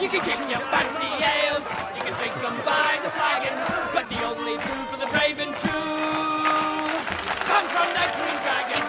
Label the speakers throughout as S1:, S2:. S1: You can kick your fancy ales, you can drink them by the flagon, but the only food for the brave and true comes from the Green Dragon.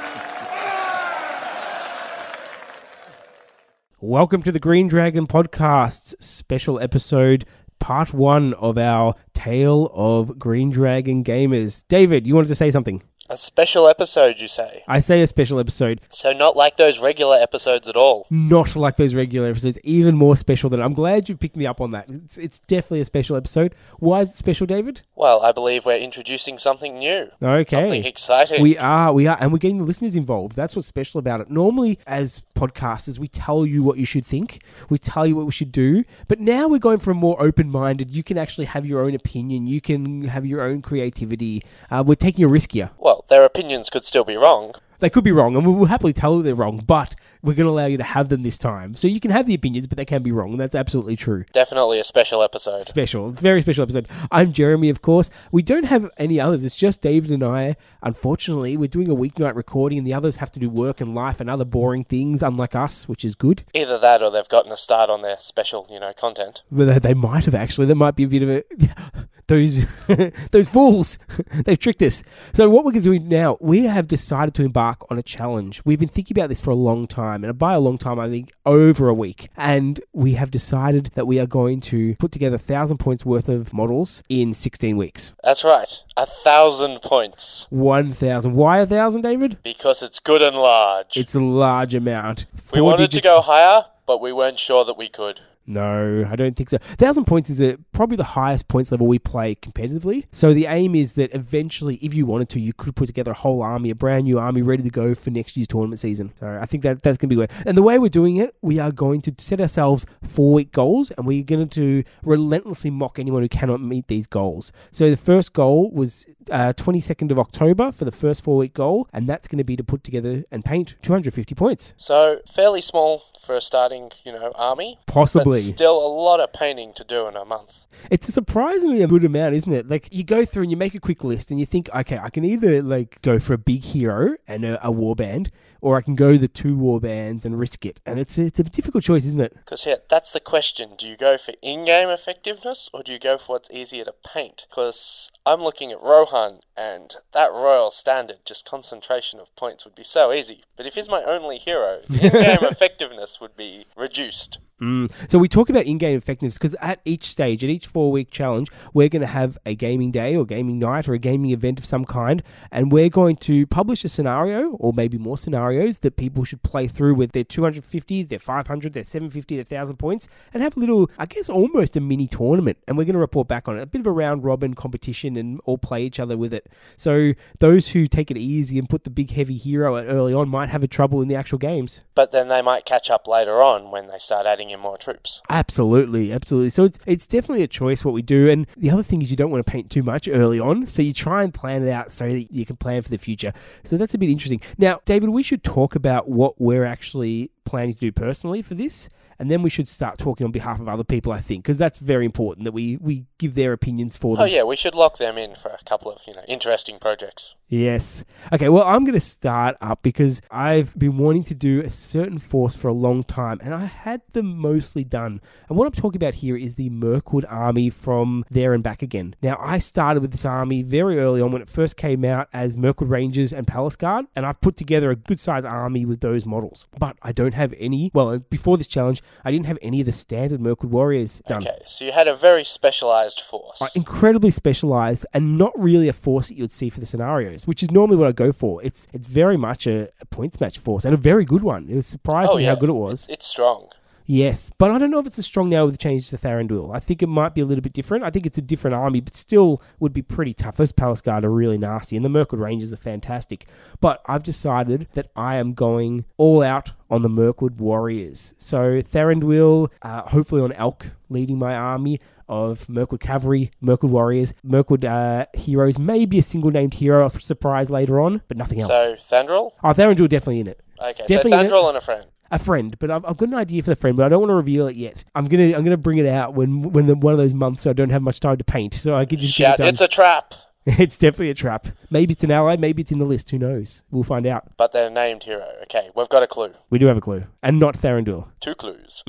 S2: Welcome to the Green Dragon Podcast's special episode, part one of our Tale of Green Dragon Gamers. David, you wanted to say something?
S3: A special episode, you say?
S2: I say a special episode,
S3: So, not like those regular episodes at all.
S2: not like those regular episodes, even more special than I'm glad you picked me up on that. It's, it's definitely a special episode. Why is it special, David?
S3: Well, I believe we're introducing something new.
S2: Okay.
S3: Something exciting.
S2: We are, we are, and we're getting the listeners involved. That's what's special about it. Normally, as podcasters, we tell you what you should think, we tell you what we should do, but now we're going for a more open minded. You can actually have your own opinion, you can have your own creativity. Uh, we're taking a risk here.
S3: Well, their opinions could still be wrong.
S2: They could be wrong, and we will happily tell you they're wrong, but we're going to allow you to have them this time. So you can have the opinions, but they can be wrong, and that's absolutely true.
S3: Definitely a special episode.
S2: Special, very special episode. I'm Jeremy, of course. We don't have any others. It's just David and I. Unfortunately, we're doing a weeknight recording, and the others have to do work and life and other boring things, unlike us, which is good.
S3: Either that or they've gotten a start on their special, you know, content.
S2: But they, they might have actually. There might be a bit of a those those fools. They've tricked us. So what we're going to do now? We have decided to embark on a challenge. We've been thinking about this for a long time, and by a long time, I think over a week. And we have decided that we are going to put together thousand points worth of models in sixteen weeks.
S3: That's right. A thousand points.
S2: One thousand. Why a thousand, David?
S3: Because it's good and large.
S2: It's a large amount.
S3: we
S2: Four
S3: wanted to
S2: digits-
S3: go higher, but we weren't sure that we could.
S2: No, I don't think so. Thousand points is a, probably the highest points level we play competitively. So the aim is that eventually, if you wanted to, you could put together a whole army, a brand new army, ready to go for next year's tournament season. So I think that that's going to be where. And the way we're doing it, we are going to set ourselves four week goals, and we're going to relentlessly mock anyone who cannot meet these goals. So the first goal was uh, 22nd of October for the first four week goal, and that's going to be to put together and paint 250 points,
S3: So, fairly small for a starting, you know, army.
S2: possibly.
S3: But still a lot of painting to do in a month.
S2: It's a surprisingly a good amount, isn't it? Like you go through and you make a quick list, and you think, okay, I can either like go for a big hero and a, a war band, or I can go the two war bands and risk it. And it's a, it's a difficult choice, isn't it?
S3: Because yeah, that's the question. Do you go for in-game effectiveness or do you go for what's easier to paint? Because I'm looking at Rohan and that royal standard, just concentration of points would be so easy. But if he's my only hero, the in-game effectiveness would be reduced.
S2: Mm. So we talk about in-game effectiveness because at each stage, at each four-week challenge, we're going to have a gaming day or gaming night or a gaming event of some kind, and we're going to publish a scenario or maybe more scenarios that people should play through with their 250, their 500, their 750, their 1,000 points, and have a little, I guess, almost a mini tournament. And we're going to report back on it, a bit of a round-robin competition, and all play each other with it. So those who take it easy and put the big heavy hero at early on might have a trouble in the actual games.
S3: But then they might catch up later on when they start adding in more troops.
S2: Absolutely, absolutely. So it's it's definitely a choice what we do, and the other thing is you don't want to paint too much early on, so you try and plan it out so that you can plan for the future. So that's a bit interesting. Now, David, we should talk about what we're actually planning to do personally for this, and then we should start talking on behalf of other people. I think because that's very important that we we give their opinions for
S3: Oh
S2: them.
S3: yeah, we should lock them in for a couple of, you know, interesting projects.
S2: Yes. Okay, well, I'm going to start up because I've been wanting to do a certain force for a long time and I had them mostly done. And what I'm talking about here is the Mirkwood army from there and back again. Now, I started with this army very early on when it first came out as Mirkwood Rangers and Palace Guard, and I've put together a good size army with those models. But I don't have any, well, before this challenge, I didn't have any of the standard Mirkwood warriors done
S3: Okay, so you had a very specialized force.
S2: are incredibly specialized and not really a force that you'd see for the scenarios, which is normally what I go for. It's it's very much a, a points match force and a very good one. It was surprising
S3: Oh, yeah.
S2: how good it was.
S3: It's strong.
S2: Yes, but I don't know if it's as strong now with the change to Thranduil. I think it might be a little bit different. I think it's a different army, but still would be pretty tough. Those Palace Guard are really nasty, and the Mirkwood Rangers are fantastic. But I've decided that I am going all out on the Mirkwood Warriors. So Thranduil, uh, hopefully on Elk, leading my army of Mirkwood Cavalry, Mirkwood Warriors, Mirkwood uh, Heroes, maybe a single named hero I'll surprise later on, but nothing else.
S3: So Thandril?
S2: oh, Thranduil definitely in it
S3: Okay,
S2: Definitely
S3: so
S2: in it.
S3: Thandril and a friend.
S2: a friend, but I've, I've got an idea for the friend, but I don't want to reveal it yet. I'm gonna I'm gonna bring it out when when the, one of those months I don't have much time to paint, so I can just
S3: Shout,
S2: get it done.
S3: it's a trap.
S2: It's definitely a trap. Maybe it's an ally, maybe it's in the list. Who knows? We'll find out.
S3: But they're a named hero. Okay, we've got a clue.
S2: We do have a clue. And not Thranduil.
S3: Two clues.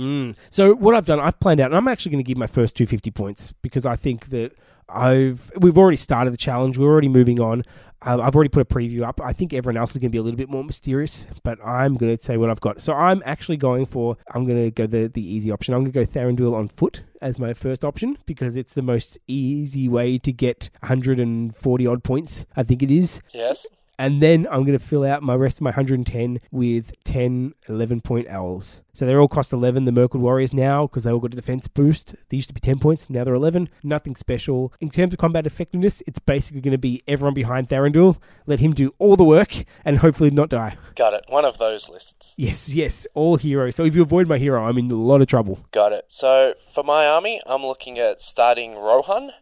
S2: So what I've done, I've planned out, and I'm actually going to give my first 250 points because I think that I've we've already started the challenge. We're already moving on. Um, I've already put a preview up. I think everyone else is going to be a little bit more mysterious, but I'm going to say what I've got. So I'm actually going for I'm going to go the the easy option. I'm going to go Thranduil on foot as my first option because it's the most easy way to get 140 odd points. I think it is.
S3: Yes.
S2: And then I'm going to fill out my rest of my 110 with 10 11 point owls. So they're all cost 11, the Merkwood Warriors now, because they all got a defense boost. They used to be 10 points, now they're 11. Nothing special. In terms of combat effectiveness, it's basically going to be everyone behind Thranduil. Let him do all the work and hopefully not die.
S3: Got it. One of those lists.
S2: Yes, yes, all heroes. So if you avoid my hero, I'm in a lot of trouble.
S3: Got it. So for my army, I'm looking at starting Rohan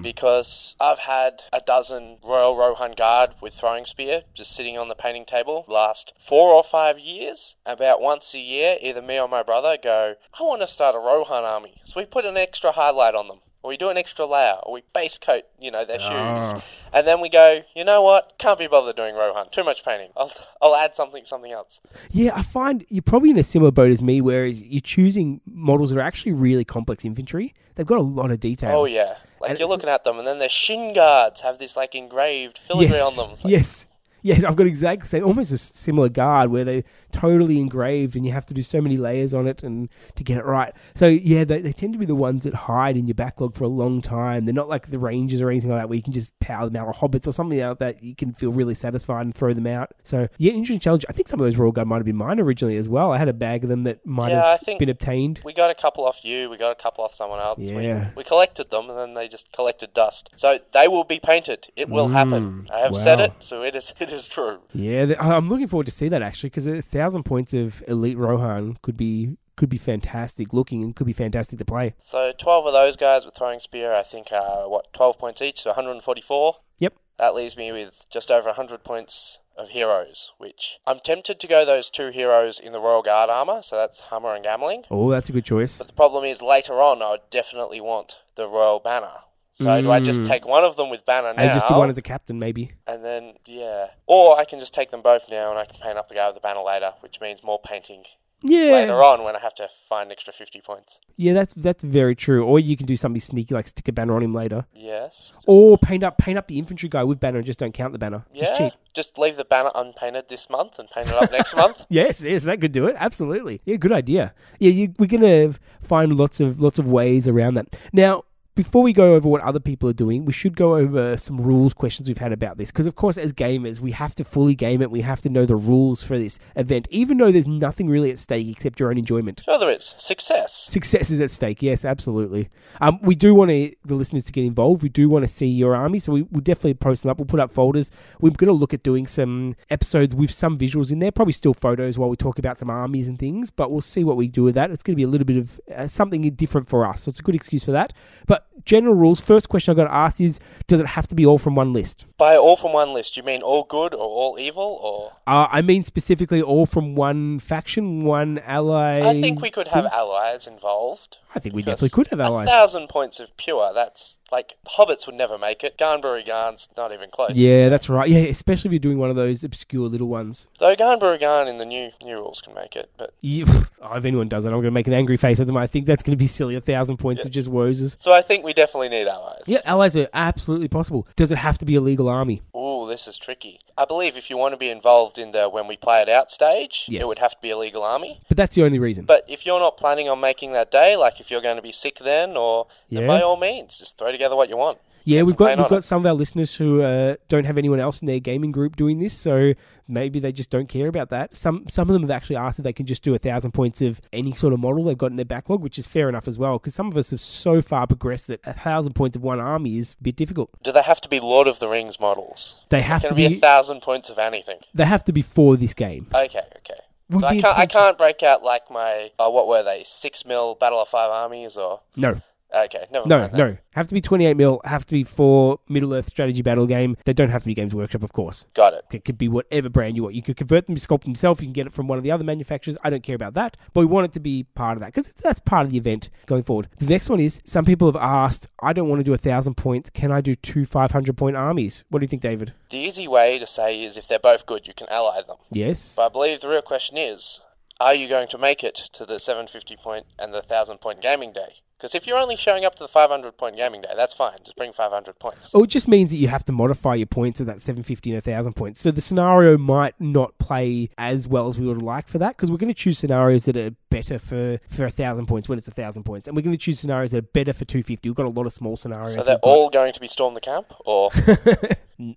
S3: because I've had a dozen Royal Rohan Guard with throwing spear just sitting on the painting table last four or five years. About once a year, either me or my brother go, I want to start a Rohan army. So we put an extra highlight on them. Or we do an extra layer, or we base coat, you know, their shoes. And then we go, you know what? Can't be bothered doing Rohan. Too much painting. I'll, I'll add something, something else.
S2: Yeah, I find you're probably in a similar boat as me, where you're choosing models that are actually really complex infantry. They've got a lot of detail.
S3: Oh, yeah. Like,
S2: And
S3: you're
S2: it's-
S3: looking at them, and then their shin guards have this, like, engraved filigree on them. It's like,
S2: yes. Yes, I've got exactly same, almost a s- similar guard where they're totally engraved and you have to do so many layers on it and to get it right. So yeah, they, they tend to be the ones that hide in your backlog for a long time. They're not like the rangers or anything like that where you can just power them out or hobbits or something like that. You can feel really satisfied and throw them out. So yeah, interesting challenge. I think some of those royal guard might have been mine originally as well. I had a bag of them that might
S3: Yeah, I
S2: have
S3: think-
S2: been obtained.
S3: We got a couple off you. We got a couple off someone else.
S2: Yeah.
S3: We, we collected them, and then they just collected dust. So they will be painted. It will happen. I have said
S2: Mm. wow.
S3: it, so it is. It is true.
S2: Yeah, th- I- I'm looking forward to see that actually because a thousand points of elite Rohan could be could be fantastic looking and could be fantastic to play.
S3: So twelve of those guys with throwing spear, I think, are what twelve points each, so 144.
S2: Yep.
S3: That leaves me with just over 100 points of heroes, which I'm tempted to go those two heroes in the Royal Guard armor. So that's Hammer and Gamling.
S2: Oh, that's a good choice.
S3: But the problem is, later on, I would definitely want the Royal Banner. So do I just take one of them with Banner now?
S2: And Mm. just do one as a captain, maybe.
S3: And then, yeah. Or I can just take them both now and I can paint up the guy with the banner later, which means more painting
S2: Yeah,
S3: later on when I have to find extra 50 points.
S2: yeah, that's that's very true. Or you can do something sneaky, like stick a banner on him later,
S3: Yes. Just-
S2: or paint up paint up the infantry guy with banner and just don't count the banner.
S3: yeah.
S2: Just cheat.
S3: Just leave the banner unpainted this month and paint it up next month.
S2: Yes, yes, that could do it. Absolutely. Yeah, good idea. Yeah, you, we're gonna find lots of lots of ways around that. Now, before we go over what other people are doing, we should go over some rules questions we've had about this because, of course, as gamers, we have to fully game it. We have to know the rules for this event, even though there's nothing really at stake except your own enjoyment.
S3: Sure, there is. Success.
S2: Success is at stake. Yes, absolutely. Um, we do want to, the listeners to get involved. We do want to see your army, so we, we'll definitely post them up. We'll put up folders. We're going to look at doing some episodes with some visuals in there, probably still photos while we talk about some armies and things. But we'll see what we do with that. It's going to be a little bit of uh, something different for us, so it's a good excuse for that. But general rules. First question I got to ask is: Does it have to be all from one list?
S3: By all from one list, you mean all good or all evil or.
S2: Uh, I mean specifically all from one faction, one ally.
S3: I think we could have allies involved.
S2: I think we
S3: because
S2: definitely could have
S3: A
S2: allies.
S3: thousand points of pure. That's like hobbits would never make it. Garnbury Garn's not even close.
S2: Yeah, that's right. Yeah, especially if you're doing one of those obscure little ones.
S3: Though Garnbury Garn in the new new rules can make it, but
S2: You, oh, if anyone does it, I'm going to make an angry face at them. I think that's going to be silly. A thousand points of just woes.
S3: So I think we definitely need allies.
S2: Yeah, allies are absolutely possible. Does it have to be a legal army?
S3: Ooh, this is tricky. I believe if you want to be involved in the when we play it out stage,
S2: Yes.
S3: it would have to be a legal army.
S2: But that's the only reason.
S3: But if you're not planning on making that day, like if you're going to be sick then, or
S2: Yeah.
S3: then by all means, just throw together what you want.
S2: yeah,
S3: Get
S2: we've
S3: some paint
S2: got
S3: on
S2: we've
S3: it.
S2: got some of our listeners who uh, don't have anyone else in their gaming group doing this, so maybe they just don't care about that. Some some of them have actually asked if they can just do a thousand points of any sort of model they've got in their backlog, which is fair enough as well. Because some of us have so far progressed that a thousand points of one army is a bit difficult.
S3: Do they have to be Lord of the Rings models?
S2: They have
S3: Can
S2: to
S3: it be,
S2: be
S3: a thousand points of anything?
S2: they have to be for this game.
S3: Okay, okay.
S2: Would
S3: So I
S2: be a
S3: can't. I
S2: pinch-
S3: uh, can't break out like my. Oh, what were they? Six mil Battle of Five Armies or
S2: No.
S3: Okay, never
S2: No,
S3: mind. that.
S2: no. Have to be 28 mil, have to be for Middle Earth strategy battle game. They don't have to be Games Workshop, of course.
S3: Got it.
S2: It could be whatever brand you want. You could convert them to Sculpt themselves. You can get it from one of the other manufacturers. I don't care about that. But we want it to be part of that because that's part of the event going forward. The next one is some people have asked, I don't want to do a thousand points. Can I do two 500 point armies? What do you think, David?
S3: The easy way to say is if they're both good, you can ally them.
S2: Yes.
S3: But I believe the real question is are you going to make it to the 750 point and the 1000 point gaming day? Because if you're only showing up to the 500 point gaming day, that's fine. Just bring 500 points.
S2: Oh, it just means that you have to modify your points at that 750 and 1,000 points. So the scenario might not play as well as we would like for that because we're going to choose scenarios that are better for, for 1,000 points when it's 1,000 points. And we're going to choose scenarios that are better for 250. We've got a lot of small scenarios.
S3: So they're
S2: we've got-
S3: all going to be Storm the Camp? Or.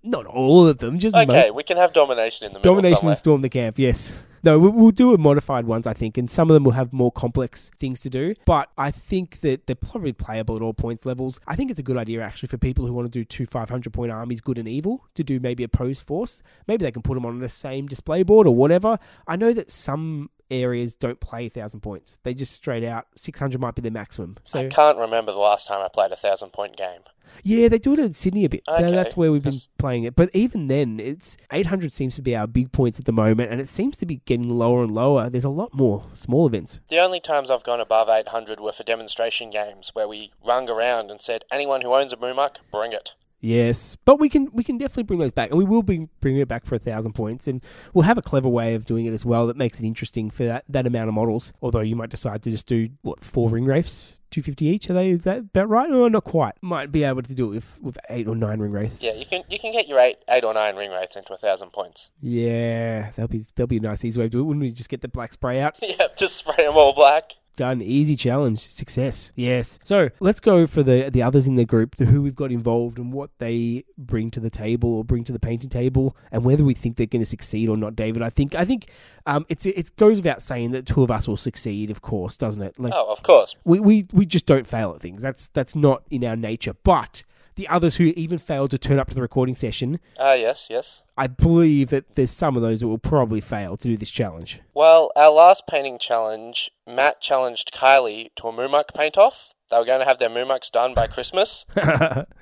S2: Not all of them, just most
S3: Okay, we can have Domination in the middle
S2: Domination
S3: somewhere.
S2: and Storm the Camp, yes. No, we- we'll do a modified ones, I think, and some of them will have more complex things to do. But I think that they're probably playable at all points levels. I think it's a good idea, actually, for people who want to do two 500 point armies, good and evil, to do maybe a pose force. Maybe they can put them on the same display board or whatever. I know that some areas don't play 1,000 points, they just straight out 600 might be their maximum.
S3: I
S2: So,
S3: can't remember the last time I played a 1000 point game.
S2: yeah, they do it in Sydney a bit. No,
S3: Okay,
S2: that's where we've been
S3: just-
S2: playing it. But even then, it's 800 seems to be our big points at the moment, and it seems to be getting lower and lower. There's a lot more small events.
S3: The only times I've gone above 800 were for demonstration games where we rung around and said, anyone who owns a Moomuck, bring it.
S2: Yes, but we can we can definitely bring those back, and we will be bringing it back for a thousand points, and we'll have a clever way of doing it as well that makes it interesting for that, that amount of models. Although you might decide to just do what four ring wraiths. 250 each, are they? Is that about right? Or not quite. Might be able to do it with, with eight or nine ring races.
S3: Yeah, you can you can get your eight eight or nine ring wraiths into a thousand points.
S2: yeah, that'll be that'll be a nice easy way to do it. Wouldn't we just get the black spray out?
S3: yeah, just spray them all black.
S2: Done. Easy challenge. Success. Yes. So let's go for the the others in the group, the who we've got involved and what they bring to the table or bring to the painting table, and whether we think they're going to succeed or not. David, I think I think um, it's it goes without saying that two of us will succeed, of course, doesn't it? Like
S3: Oh, of course.
S2: we, we we just don't fail at things. That's that's not in our nature. But the others who even failed to turn up to the recording session,
S3: Ah, yes, yes.
S2: I believe that there's some of those that will probably fail to do this challenge.
S3: Well, our last painting challenge, Matt challenged Kylie to a Moomuck paint off. They were going to have their Moomucks done by Christmas.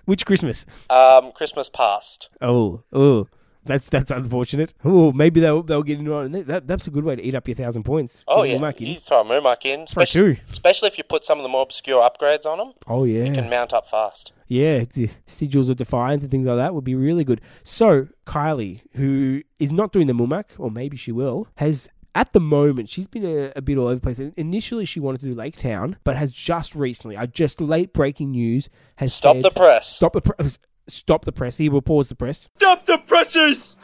S2: Which Christmas?
S3: um, Christmas passed.
S2: Oh, oh, that's that's unfortunate. Oh, maybe they'll they'll get into it. That, that's a good way to eat up your thousand points.
S3: Oh,
S2: Get
S3: yeah.
S2: your mark in.
S3: You throw a Moomuck in.
S2: Throw
S3: Especially,
S2: two.
S3: especially if you put some of the more obscure upgrades on them,
S2: Oh yeah,
S3: can mount up fast.
S2: yeah. the Sigils of defiance and things like that would be really good. So Kylie, who is not doing the Mumak, or maybe she will, has. At the moment, she's been a, a bit all over the place. Initially, she wanted to do Lake Town, but has just recently, I just late breaking news, has
S3: Stop
S2: said,
S3: the press.
S2: stop the pre- stop the press. He will pause the press.
S1: Stop the presses!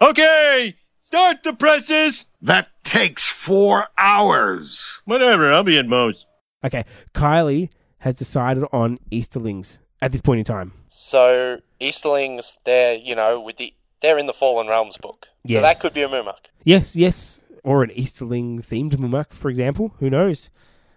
S1: okay, start the presses!
S4: That takes four hours.
S1: Whatever, I'll be at most.
S2: Okay, Kylie has decided on Easterlings at this point in time.
S3: So Easterlings, they're you know with the they're in the Fallen Realms book. So
S2: Yes.
S3: that could be a Moomuck.
S2: Yes, yes, or an Easterling themed Mumak, for example. Who knows?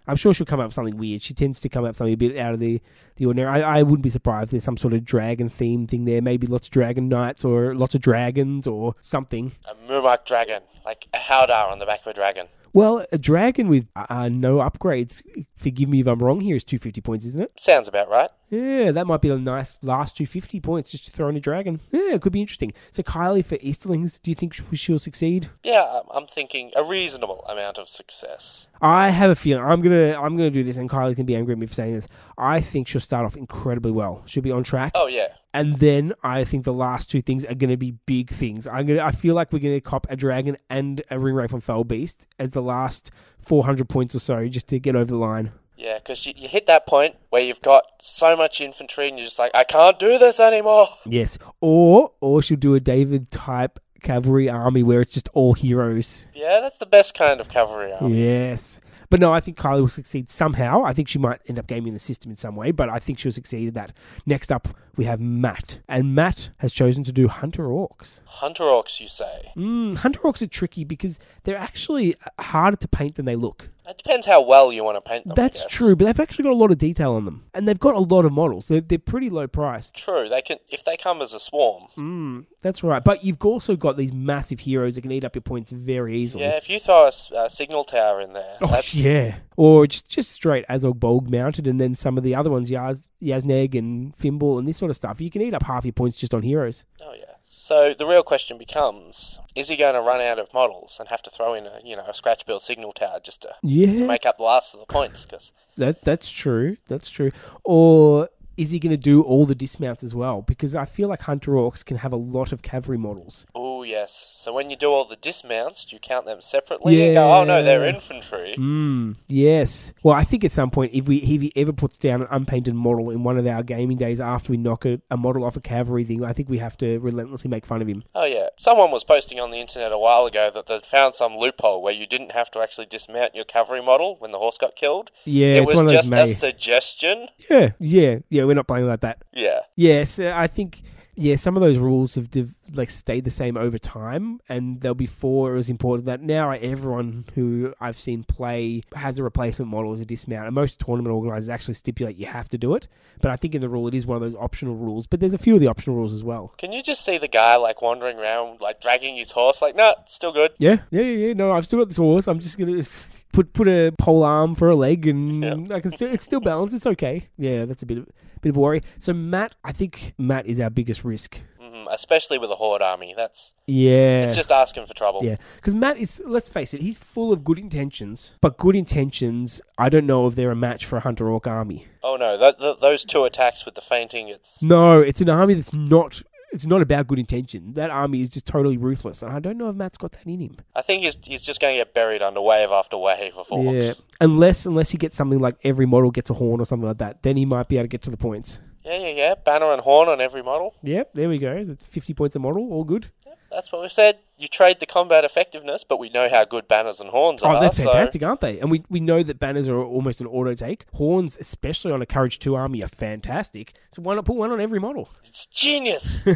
S2: I'm sure she'll come up with something weird. She tends to come up with something a bit out of the, the ordinary. I, I wouldn't be surprised if there's some sort of dragon themed thing there. Maybe lots of dragon knights or lots of dragons or something.
S3: A Moomuck dragon, like a Howdar on the back of a dragon.
S2: Well, a dragon with uh, no upgrades, forgive me if I'm wrong here, is 250 points, isn't it?
S3: Sounds about right.
S2: Yeah, that might be a nice last 250 points just to throw in a dragon. Yeah, it could be interesting. So, Kylie for Easterlings, do you think sh- she'll succeed?
S3: Yeah, I'm- I'm thinking a reasonable amount of success.
S2: I have a feeling I'm gonna I'm gonna do this, and Kylie's gonna be angry at me for saying this. I think she'll start off incredibly well. She'll be on track,
S3: Oh yeah,
S2: and then I think the last two things are gonna be big things. I'm gonna I feel like we're gonna cop a dragon and a ring rape on Foul Beast as the last 400 points or so just to get over the line.
S3: yeah, because you, you hit that point where you've got so much infantry and you're just like, I can't do this anymore.
S2: Yes, or or she'll do a David type cavalry army where it's just all heroes.
S3: Yeah, that's the best kind of cavalry
S2: Mm.
S3: army.
S2: Yes. But no, I think Kylie will succeed somehow. I think she might end up gaming the system in some way, but I think she'll succeed at that. Next up, we have Matt. And Matt has chosen to do Hunter Orcs. Hmm,
S3: Hunter orcs, you say?
S2: Mm, Hunter Orcs are tricky because they're actually harder uh, to paint than they look.
S3: It depends how well you want to paint them. I
S2: That's
S3: guess.
S2: true, but they've actually got a lot of detail on them, and they've got a lot of models. They're, they're pretty low priced.
S3: True. They can if they come as a swarm.
S2: Mm. That's right. But you've also got these massive heroes that can eat up your points very easily.
S3: Yeah, if you throw a s- a signal tower in there,
S2: Oh,
S3: that's
S2: yeah. Or just just straight Azog Bolg mounted, and then some of the other ones, Yaz, Yazneg and Fimble and this sort of stuff. You can eat up half your points just on heroes.
S3: Oh yeah. So the real question becomes: Is he going to run out of models and have to throw in a you know a scratch build signal tower just to
S2: Yeah,
S3: make up the last of the points? Because
S2: that that's true. That's true. Or is he going to do all the dismounts as well? Because I feel like Hunter Orcs can have a lot of cavalry models.
S3: oh yes. So when you do all the dismounts, do you count them separately and go, oh no, they're
S2: Yeah.
S3: infantry.
S2: Mm, yes. Well, I think at some point, if we if he ever puts down an unpainted model in one of our gaming days after we knock a, a model off a cavalry thing, I think we have to relentlessly make fun of him.
S3: Oh yeah. Someone was posting on the internet a while ago that they'd found some loophole where you didn't have to actually dismount your cavalry model when the horse got killed.
S2: Yeah,
S3: it
S2: it's
S3: was
S2: one of those
S3: just a
S2: May-
S3: suggestion.
S2: Yeah, yeah, yeah. We're not playing like that.
S3: Yeah.
S2: Yes, uh, I think yeah, some of those rules have div- like stayed the same over time, and they'll before it was important that now everyone who I've seen play has a replacement model as a dismount, and most tournament organisers actually stipulate you have to do it. But I think in the rule it is one of those optional rules, but there's a few of the optional rules as well.
S3: Can you just see the guy like wandering around, like dragging his horse? Like, no, it's still good.
S2: Yeah, yeah, yeah. yeah. No, I've still got this horse. I'm just gonna. Put put a pole arm for a leg, and
S3: Yeah.
S2: I can still it's still balanced. It's okay. Yeah, that's a bit of bit of a worry. So Matt, I think Matt is our biggest risk.
S3: Mm, especially with a horde army. That's
S2: Yeah,
S3: it's just asking for trouble.
S2: Yeah, because Matt is, let's face it, he's full of good intentions, but good intentions, I don't know if they're a match for a Hunter Orc army.
S3: Oh no, th- th- those two attacks with the fainting. It's
S2: No, it's an army that's not. It's not about good intention. That army is just totally ruthless, and I don't know if Matt's got that in him.
S3: I think he's he's just going to get buried under wave after wave of orcs.
S2: Yeah, unless unless he gets something like every model gets a horn or something like that, then he might be able to get to the points.
S3: Yeah, yeah, yeah. Banner and horn on every model.
S2: Yep, there we go. That's fifty points a model, all good.
S3: That's what we've said. You trade the combat effectiveness, but we know how good banners and horns
S2: Oh,
S3: are.
S2: they're
S3: so-
S2: fantastic, aren't they? And we, we know that banners are almost an auto take. Horns, especially on a Courage Two army, are fantastic. So why not put one on every model?
S3: it's genius.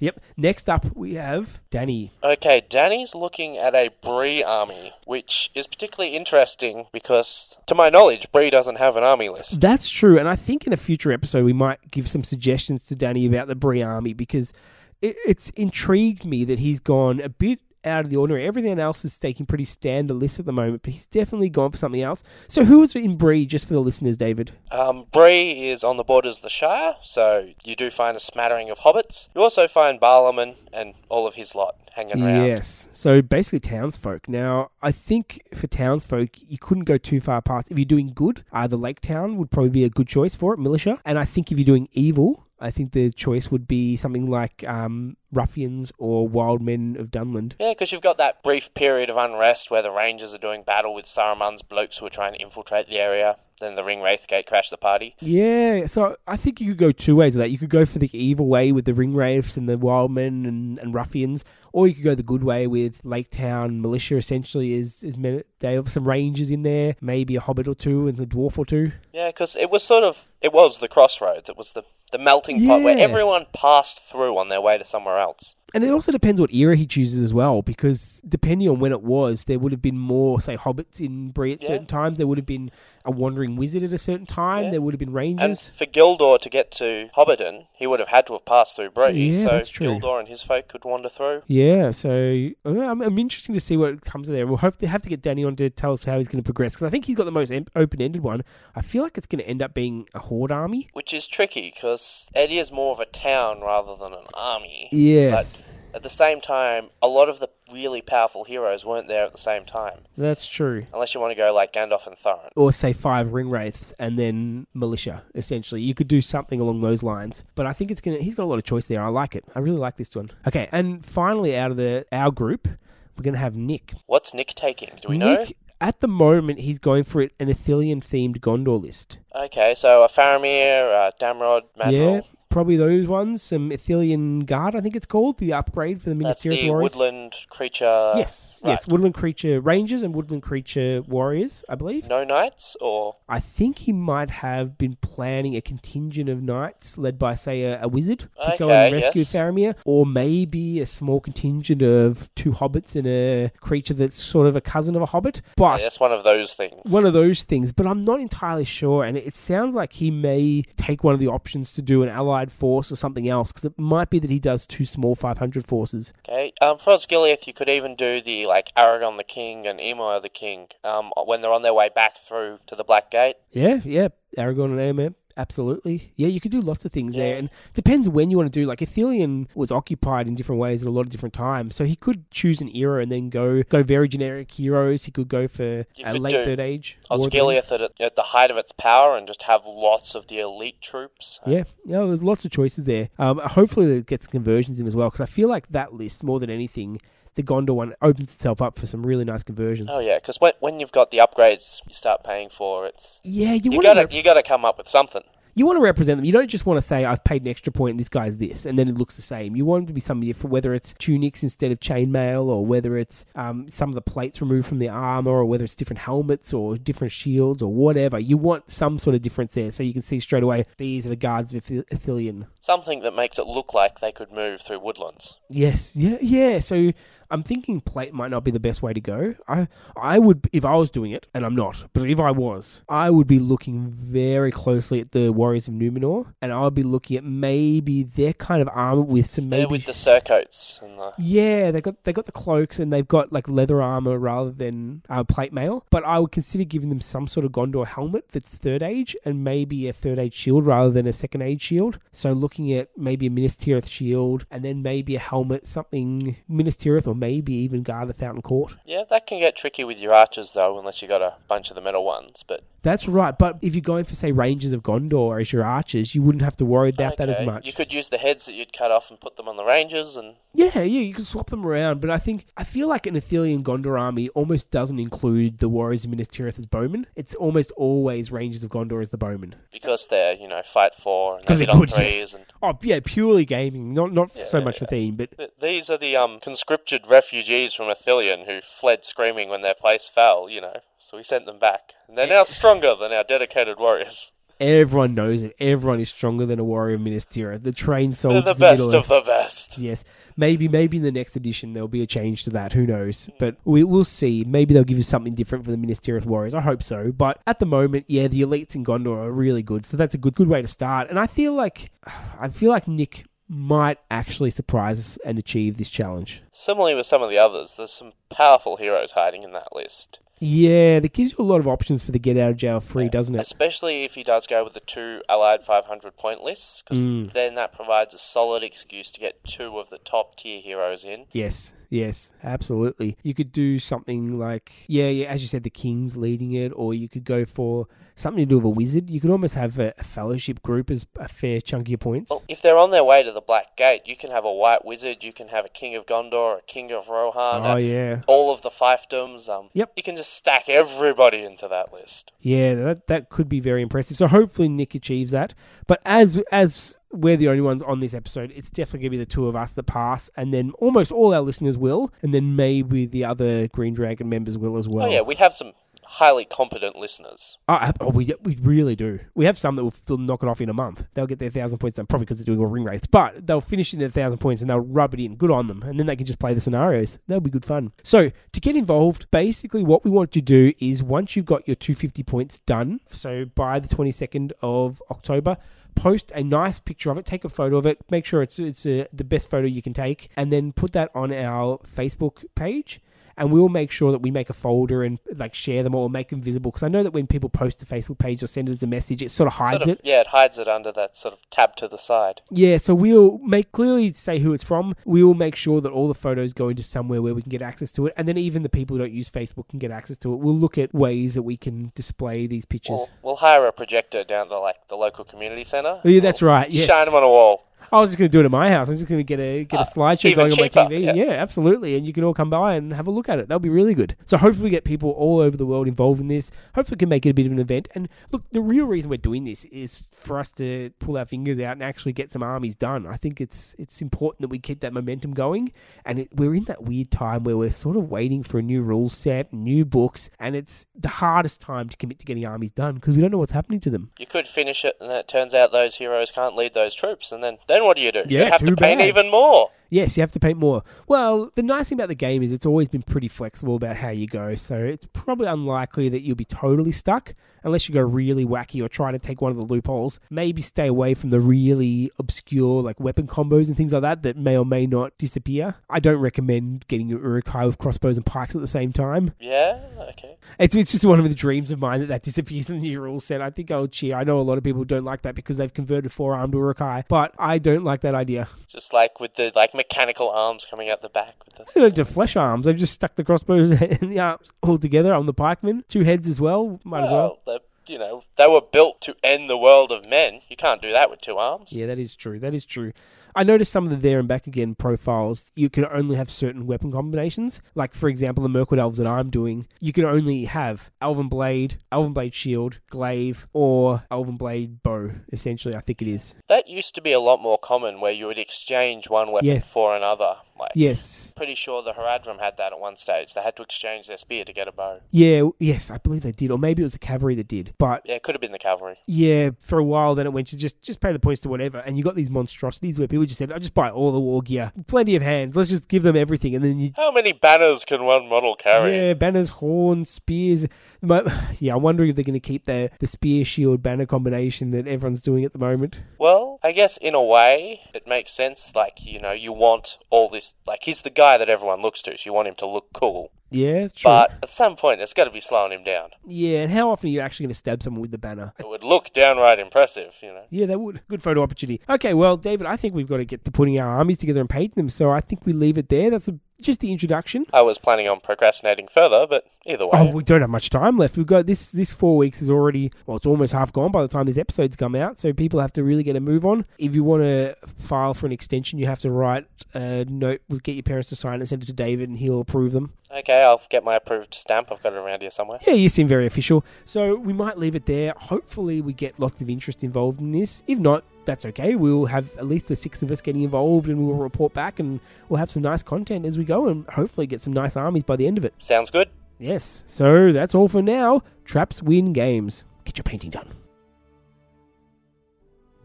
S2: Yep. Next up, we have Danny.
S3: Okay, Danny's looking at a Bree army, which is particularly interesting because, to my knowledge, Bree doesn't have an army list.
S2: That's true, and I think in a future episode we might give some suggestions to Danny about the Bree army because it, it's intrigued me that he's gone a bit out of the ordinary. Everything else is taking pretty standard lists at the moment, but he's definitely gone for something else. So who is in Bree? Just for the listeners, David.
S3: Um, Bree is on the borders of the Shire, so you do find a smattering of hobbits. You also find Barlaman and all of his lot hanging around.
S2: Yes. So basically, townsfolk. Now, I think for townsfolk, you couldn't go too far past. If you're doing good, uh, the Lake Town would probably be a good choice for it, militia. And I think if you're doing evil, I think the choice would be something like um, ruffians or wild men of Dunland.
S3: Yeah, because you've got that brief period of unrest where the Rangers are doing battle with Saruman's blokes who are trying to infiltrate the area. Then the Ring Wraithgate crash the party.
S2: Yeah, so I think you could go two ways of that. You could go for the evil way with the ring wraiths and the wild men and, and ruffians, or you could go the good way with Lake Town militia. Essentially, is is men, they have some rangers in there, maybe a hobbit or two and a dwarf or two.
S3: Yeah, because it was sort of it was the crossroads. It was the the melting pot where
S2: Yeah.
S3: everyone passed through on their way to somewhere else.
S2: And it also depends what era he chooses as well, because depending on when it was, there would have been more, say, hobbits in Bree at
S3: Yeah.
S2: certain times. There would have been a wandering wizard at a certain time.
S3: Yeah.
S2: There would have been
S3: And
S2: rangers.
S3: for Gildor to get to Hobbiton, he would have had to have passed through Bree.
S2: Yeah,
S3: so
S2: that's true.
S3: Gildor and his folk could wander through.
S2: yeah, so uh, I'm, I'm interested to see what comes of there. We'll hope to have to get Danny on to tell us how he's going to progress, because I think he's got the most em- open-ended one. I feel like it's going to end up being a horde army.
S3: Which is tricky because it is more of a town rather than an army.
S2: Yes.
S3: But at the same time, a lot of the really powerful heroes weren't there at the same time.
S2: That's true.
S3: Unless you want to go like Gandalf and Thorin.
S2: or say five ring wraiths and then militia essentially you could do something along those lines but i think it's gonna he's got a lot of choice there i like it i really like this one okay and finally out of the our group we're gonna have nick
S3: What's Nick taking? Do we know?
S2: nick at the moment he's going for it an ethelian themed gondor list
S3: Okay, so a Faramir, uh, Damrod, Mandrel.
S2: yeah probably those ones. Some Ithilian Guard, I think it's called, the upgrade for the Minas
S3: That's
S2: Tirith
S3: the
S2: Warriors.
S3: woodland creature.
S2: yes,
S3: right.
S2: yes, Woodland Creature Rangers and Woodland Creature Warriors, I believe.
S3: No knights or
S2: I think he might have been planning a contingent of knights led by, say, a, a wizard to go
S3: Okay,
S2: and rescue
S3: yes.
S2: Faramir, or maybe a small contingent of two hobbits and a creature that's sort of a cousin of a hobbit. But
S3: yes, one of those things.
S2: one of those things, but I'm not entirely sure. And it sounds like he may take one of the options to do an allied force or something else, because it might be that he does two small 500 forces.
S3: Okay. Um, for Osgiliath, you could even do the like Aragon the King and Emo the King. Um, when they're on their way back through to the Black Gate.
S2: Yeah, yeah, Aragorn and Aemir. Absolutely. Yeah, you could do lots of things there.
S3: Yeah.
S2: And depends when you want to do. Like, Ithilien was occupied in different ways at a lot of different times. So he could choose an era and then go go very generic heroes. He could go for
S3: You
S2: a
S3: could
S2: late
S3: do
S2: Third Age. War of the Rings.
S3: Osgiliath at, at the height of its power and just have lots of the elite troops.
S2: Yeah, yeah, there's lots of choices there. Um, hopefully, it gets conversions in as well, because I feel like that list, more than anything, the Gondor one opens itself up for some really nice conversions.
S3: Oh yeah, because when, when you've got the upgrades, you start paying for it's
S2: Yeah, you,
S3: you
S2: want to
S3: gotta you gotta come up with something.
S2: you want to represent them. You don't just want to say I've paid an extra point. This guy's this, and then it looks the same. You want them to be somebody for whether it's tunics instead of chainmail, or whether it's um, some of the plates removed from the armor, or whether it's different helmets or different shields or whatever. You want some sort of difference there, so you can see straight away these are the guards of Ithil- Ithilien.
S3: Something that makes it look like they could move through woodlands.
S2: Yes, yeah, yeah. So I'm thinking plate might not be the best way to go. I I would if I was doing it, and I'm not, but if I was, I would be looking very closely at the Warriors of Numenor, and I would be looking at maybe their kind of armor with some
S3: They're
S2: maybe.
S3: with the surcoats and the
S2: yeah, they got they got the cloaks and they've got like leather armor rather than uh, plate mail. But I would consider giving them some sort of Gondor helmet that's third age and maybe a third age shield rather than a second age shield. So looking at maybe a Minas Tirith shield and then maybe a helmet, something Minas Tirith or maybe even Guard of Fountain Court.
S3: yeah, that can get tricky with your archers though, unless you got a bunch of the metal ones. But
S2: That's right. But if you're going for say Rangers of Gondor as your archers, you wouldn't have to worry about that as
S3: okay,
S2: much.
S3: You could use the heads that you'd cut off and put them on the rangers, and
S2: Yeah, yeah, you can swap them around, but I think I feel like an Athelian Gondor army almost doesn't include the warriors of Minas Tirith as bowmen. It's almost always Rangers of Gondor as the bowmen
S3: because they're you know fight four and they
S2: because
S3: hit
S2: they're
S3: on
S2: good.
S3: threes,
S2: Yes.
S3: and
S2: Oh yeah, purely gaming, not not so much for theme, but
S3: th- these are the um conscripted refugees from Athelion who fled screaming when their place fell. You know, so we sent them back, and they're now stronger than our dedicated warriors.
S2: everyone knows it. Everyone is stronger than a warrior of Minas Tirith. The trained
S3: They're
S2: soldiers,
S3: the
S2: of Middle Earth.
S3: best of the best.
S2: Yes, maybe maybe in the next edition there'll be a change to that. Who knows? But we will see. Maybe they'll give you something different for the Minas Tirith Warriors. I hope so. But at the moment, yeah, the elites in Gondor are really good, so that's a good good way to start. And I feel like I feel like Nick might actually surprise us and achieve this challenge.
S3: Similarly with some of the others, there's some powerful heroes hiding in that list.
S2: Yeah, that gives you a lot of options for the get out of jail free, doesn't it?
S3: Especially if he does go with the two allied 500 point lists, because then that provides a solid excuse to get two of the top tier heroes in.
S2: Yes, yes, absolutely. You could do something like, yeah, yeah, as you said, the king's leading it, or you could go for something to do with a wizard. You could almost have a, a fellowship group as a fair chunk of your points.
S3: Well, if they're on their way to the Black Gate, you can have a White Wizard, you can have a King of Gondor, a King of Rohan,
S2: oh,
S3: a-
S2: yeah.
S3: all of the fiefdoms. Um,
S2: Yep.
S3: You can just stack everybody into that list.
S2: Yeah, that, that could be very impressive. So hopefully Nick achieves that. But as as we're the only ones on this episode, it's definitely going to be the two of us that pass, and then almost all our listeners will, and then maybe the other Green Dragon members will as well.
S3: Oh, yeah, we have some highly competent listeners.
S2: Oh, I- oh, we we really do. We have some that will still knock it off in a month. They'll get their thousand points done, probably because they're doing a ring race, but they'll finish in their thousand points and they'll rub it in. Good on them, and then they can just play the scenarios. That'll be good fun. So to get involved, basically what we want to do is once you've got your two fifty points done, so by the twenty second of October. Post a nice picture of it. Take a photo of it. Make sure it's it's uh the best photo you can take, and then put that on our Facebook page and we'll make sure that we make a folder and like share them or make them visible because I know that when people post to Facebook page or send us a message, it sort of hides
S3: Sort of,
S2: it.
S3: Yeah, it hides it under that sort of tab to the side.
S2: Yeah, so we'll make clearly say who it's from. We will make sure that all the photos go into somewhere where we can get access to it, and then even the people who don't use Facebook can get access to it. We'll look at ways that we can display these pictures.
S3: We'll, we'll hire a projector down the like the local community centre.
S2: Oh, Yeah, that's
S3: We'll
S2: right, yes.
S3: Shine them on a wall.
S2: I was just going to do it at my house. I was just going to get a get a slideshow
S3: Uh, even
S2: going on
S3: cheaper,
S2: my TV.
S3: yeah.
S2: Yeah. absolutely. And you can all come by and have a look at it. That'll be really good. So hopefully we get people all over the world involved in this. Hopefully we can make it a bit of an event. And look, the real reason we're doing this is for us to pull our fingers out and actually get some armies done. I think it's it's important that we keep that momentum going. And it, we're in that weird time where we're sort of waiting for a new rule set, new books, and it's the hardest time to commit to getting armies done because we don't know what's happening to them.
S3: You could finish it, and then it turns out those heroes can't lead those troops, and then then what do you do?
S2: Yeah,
S3: you have to
S2: too
S3: paint
S2: bad.
S3: even more.
S2: Yes, you have to paint more. Well, the nice thing about the game is it's always been pretty flexible about how you go, so it's probably unlikely that you'll be totally stuck unless you go really wacky or try to take one of the loopholes. Maybe stay away from the really obscure like weapon combos and things like that that may or may not disappear. I don't recommend getting your Urukai with crossbows and pikes at the same time.
S3: Yeah, okay.
S2: It's, it's just one of the dreams of mine that that disappears in the rule set. I think I'll cheer. I know a lot of people don't like that because they've converted forearm to Urukai, but I don't like that idea.
S3: Just like with the like mechanical arms coming out the back with the
S2: They don't have flesh arms. They've just stuck the crossbows and the arms all together on the pikemen. Two heads as well. Might as well.
S3: well, the, you know, they were built to end the world of men. You can't do that with two arms.
S2: Yeah, that is true. That is true. I noticed some of the there and back again profiles. You can only have certain weapon combinations. Like, for example, the Mirkwood Elves that I'm doing, you can only have Elven Blade, Elven Blade Shield, Glaive, or Elven Blade Bow, essentially, I think it is.
S3: That used to be a lot more common where you would exchange one weapon
S2: Yes.
S3: for another. Like
S2: Yes.
S3: pretty sure the Haradrim had that at one stage. They had to exchange their spear to get a bow.
S2: Yeah, yes, I believe they did. Or maybe it was the cavalry that did. But
S3: Yeah, it could have been the cavalry.
S2: Yeah, for a while, then it went to just just pay the points to whatever, and you got these monstrosities where people just said, "I just buy all the war gear, plenty of hands. Let's just give them everything." And then you,
S3: How many banners can one model carry?
S2: yeah, banners, horns, spears. My, yeah, I'm wondering if they're going to keep the the spear shield banner combination that everyone's doing at the moment.
S3: Well, I guess in a way it makes sense. Like, you know, you want all this. Like, he's the guy that everyone looks to, so you want him to look cool.
S2: Yeah, it's true.
S3: But at some point, it's got to be slowing him down.
S2: yeah, and how often are you actually going to stab someone with the banner?
S3: It would look downright impressive, you know.
S2: Yeah, that would. Good photo opportunity. Okay, well, David, I think we've got to get to putting our armies together and painting them. So I think we leave it there. That's a, just the introduction.
S3: I was planning on procrastinating further, but either way.
S2: Oh, we don't have much time left. We've got this this four weeks is already well, it's almost half gone by the time these episodes come out. So people have to really get a move on. If you want to file for an extension, you have to write a note. We get your parents to sign it, send it to David, and he'll approve them.
S3: Okay, I'll get my approved stamp. I've got it around here somewhere.
S2: Yeah, you seem very official. So we might leave it there. Hopefully, we get lots of interest involved in this. If not. That's okay. We'll have at least the six of us getting involved and we'll report back and we'll have some nice content as we go and hopefully get some nice armies by the end of it.
S3: Sounds good.
S2: Yes. So that's all for now. Traps win games. Get your painting done.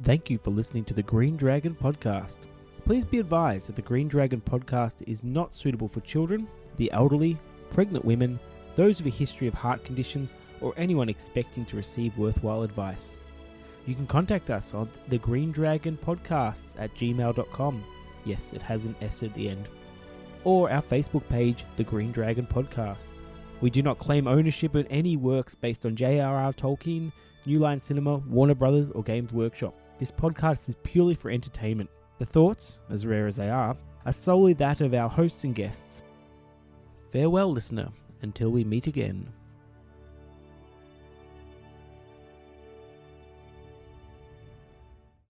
S5: Thank you for listening to the Green Dragon Podcast. Please be advised that the Green Dragon Podcast is not suitable for children, the elderly, pregnant women, those with a history of heart conditions, or anyone expecting to receive worthwhile advice. You can contact us on the Green Dragon Podcasts at gmail.com. Yes, it has an S at the end. Or our Facebook page, The Green Dragon Podcast. We do not claim ownership of any works based on J.R.R. Tolkien, New Line Cinema, Warner Brothers, or Games Workshop. This podcast is purely for entertainment. The thoughts, as rare as they are, are solely that of our hosts and guests. Farewell, listener, until we meet again.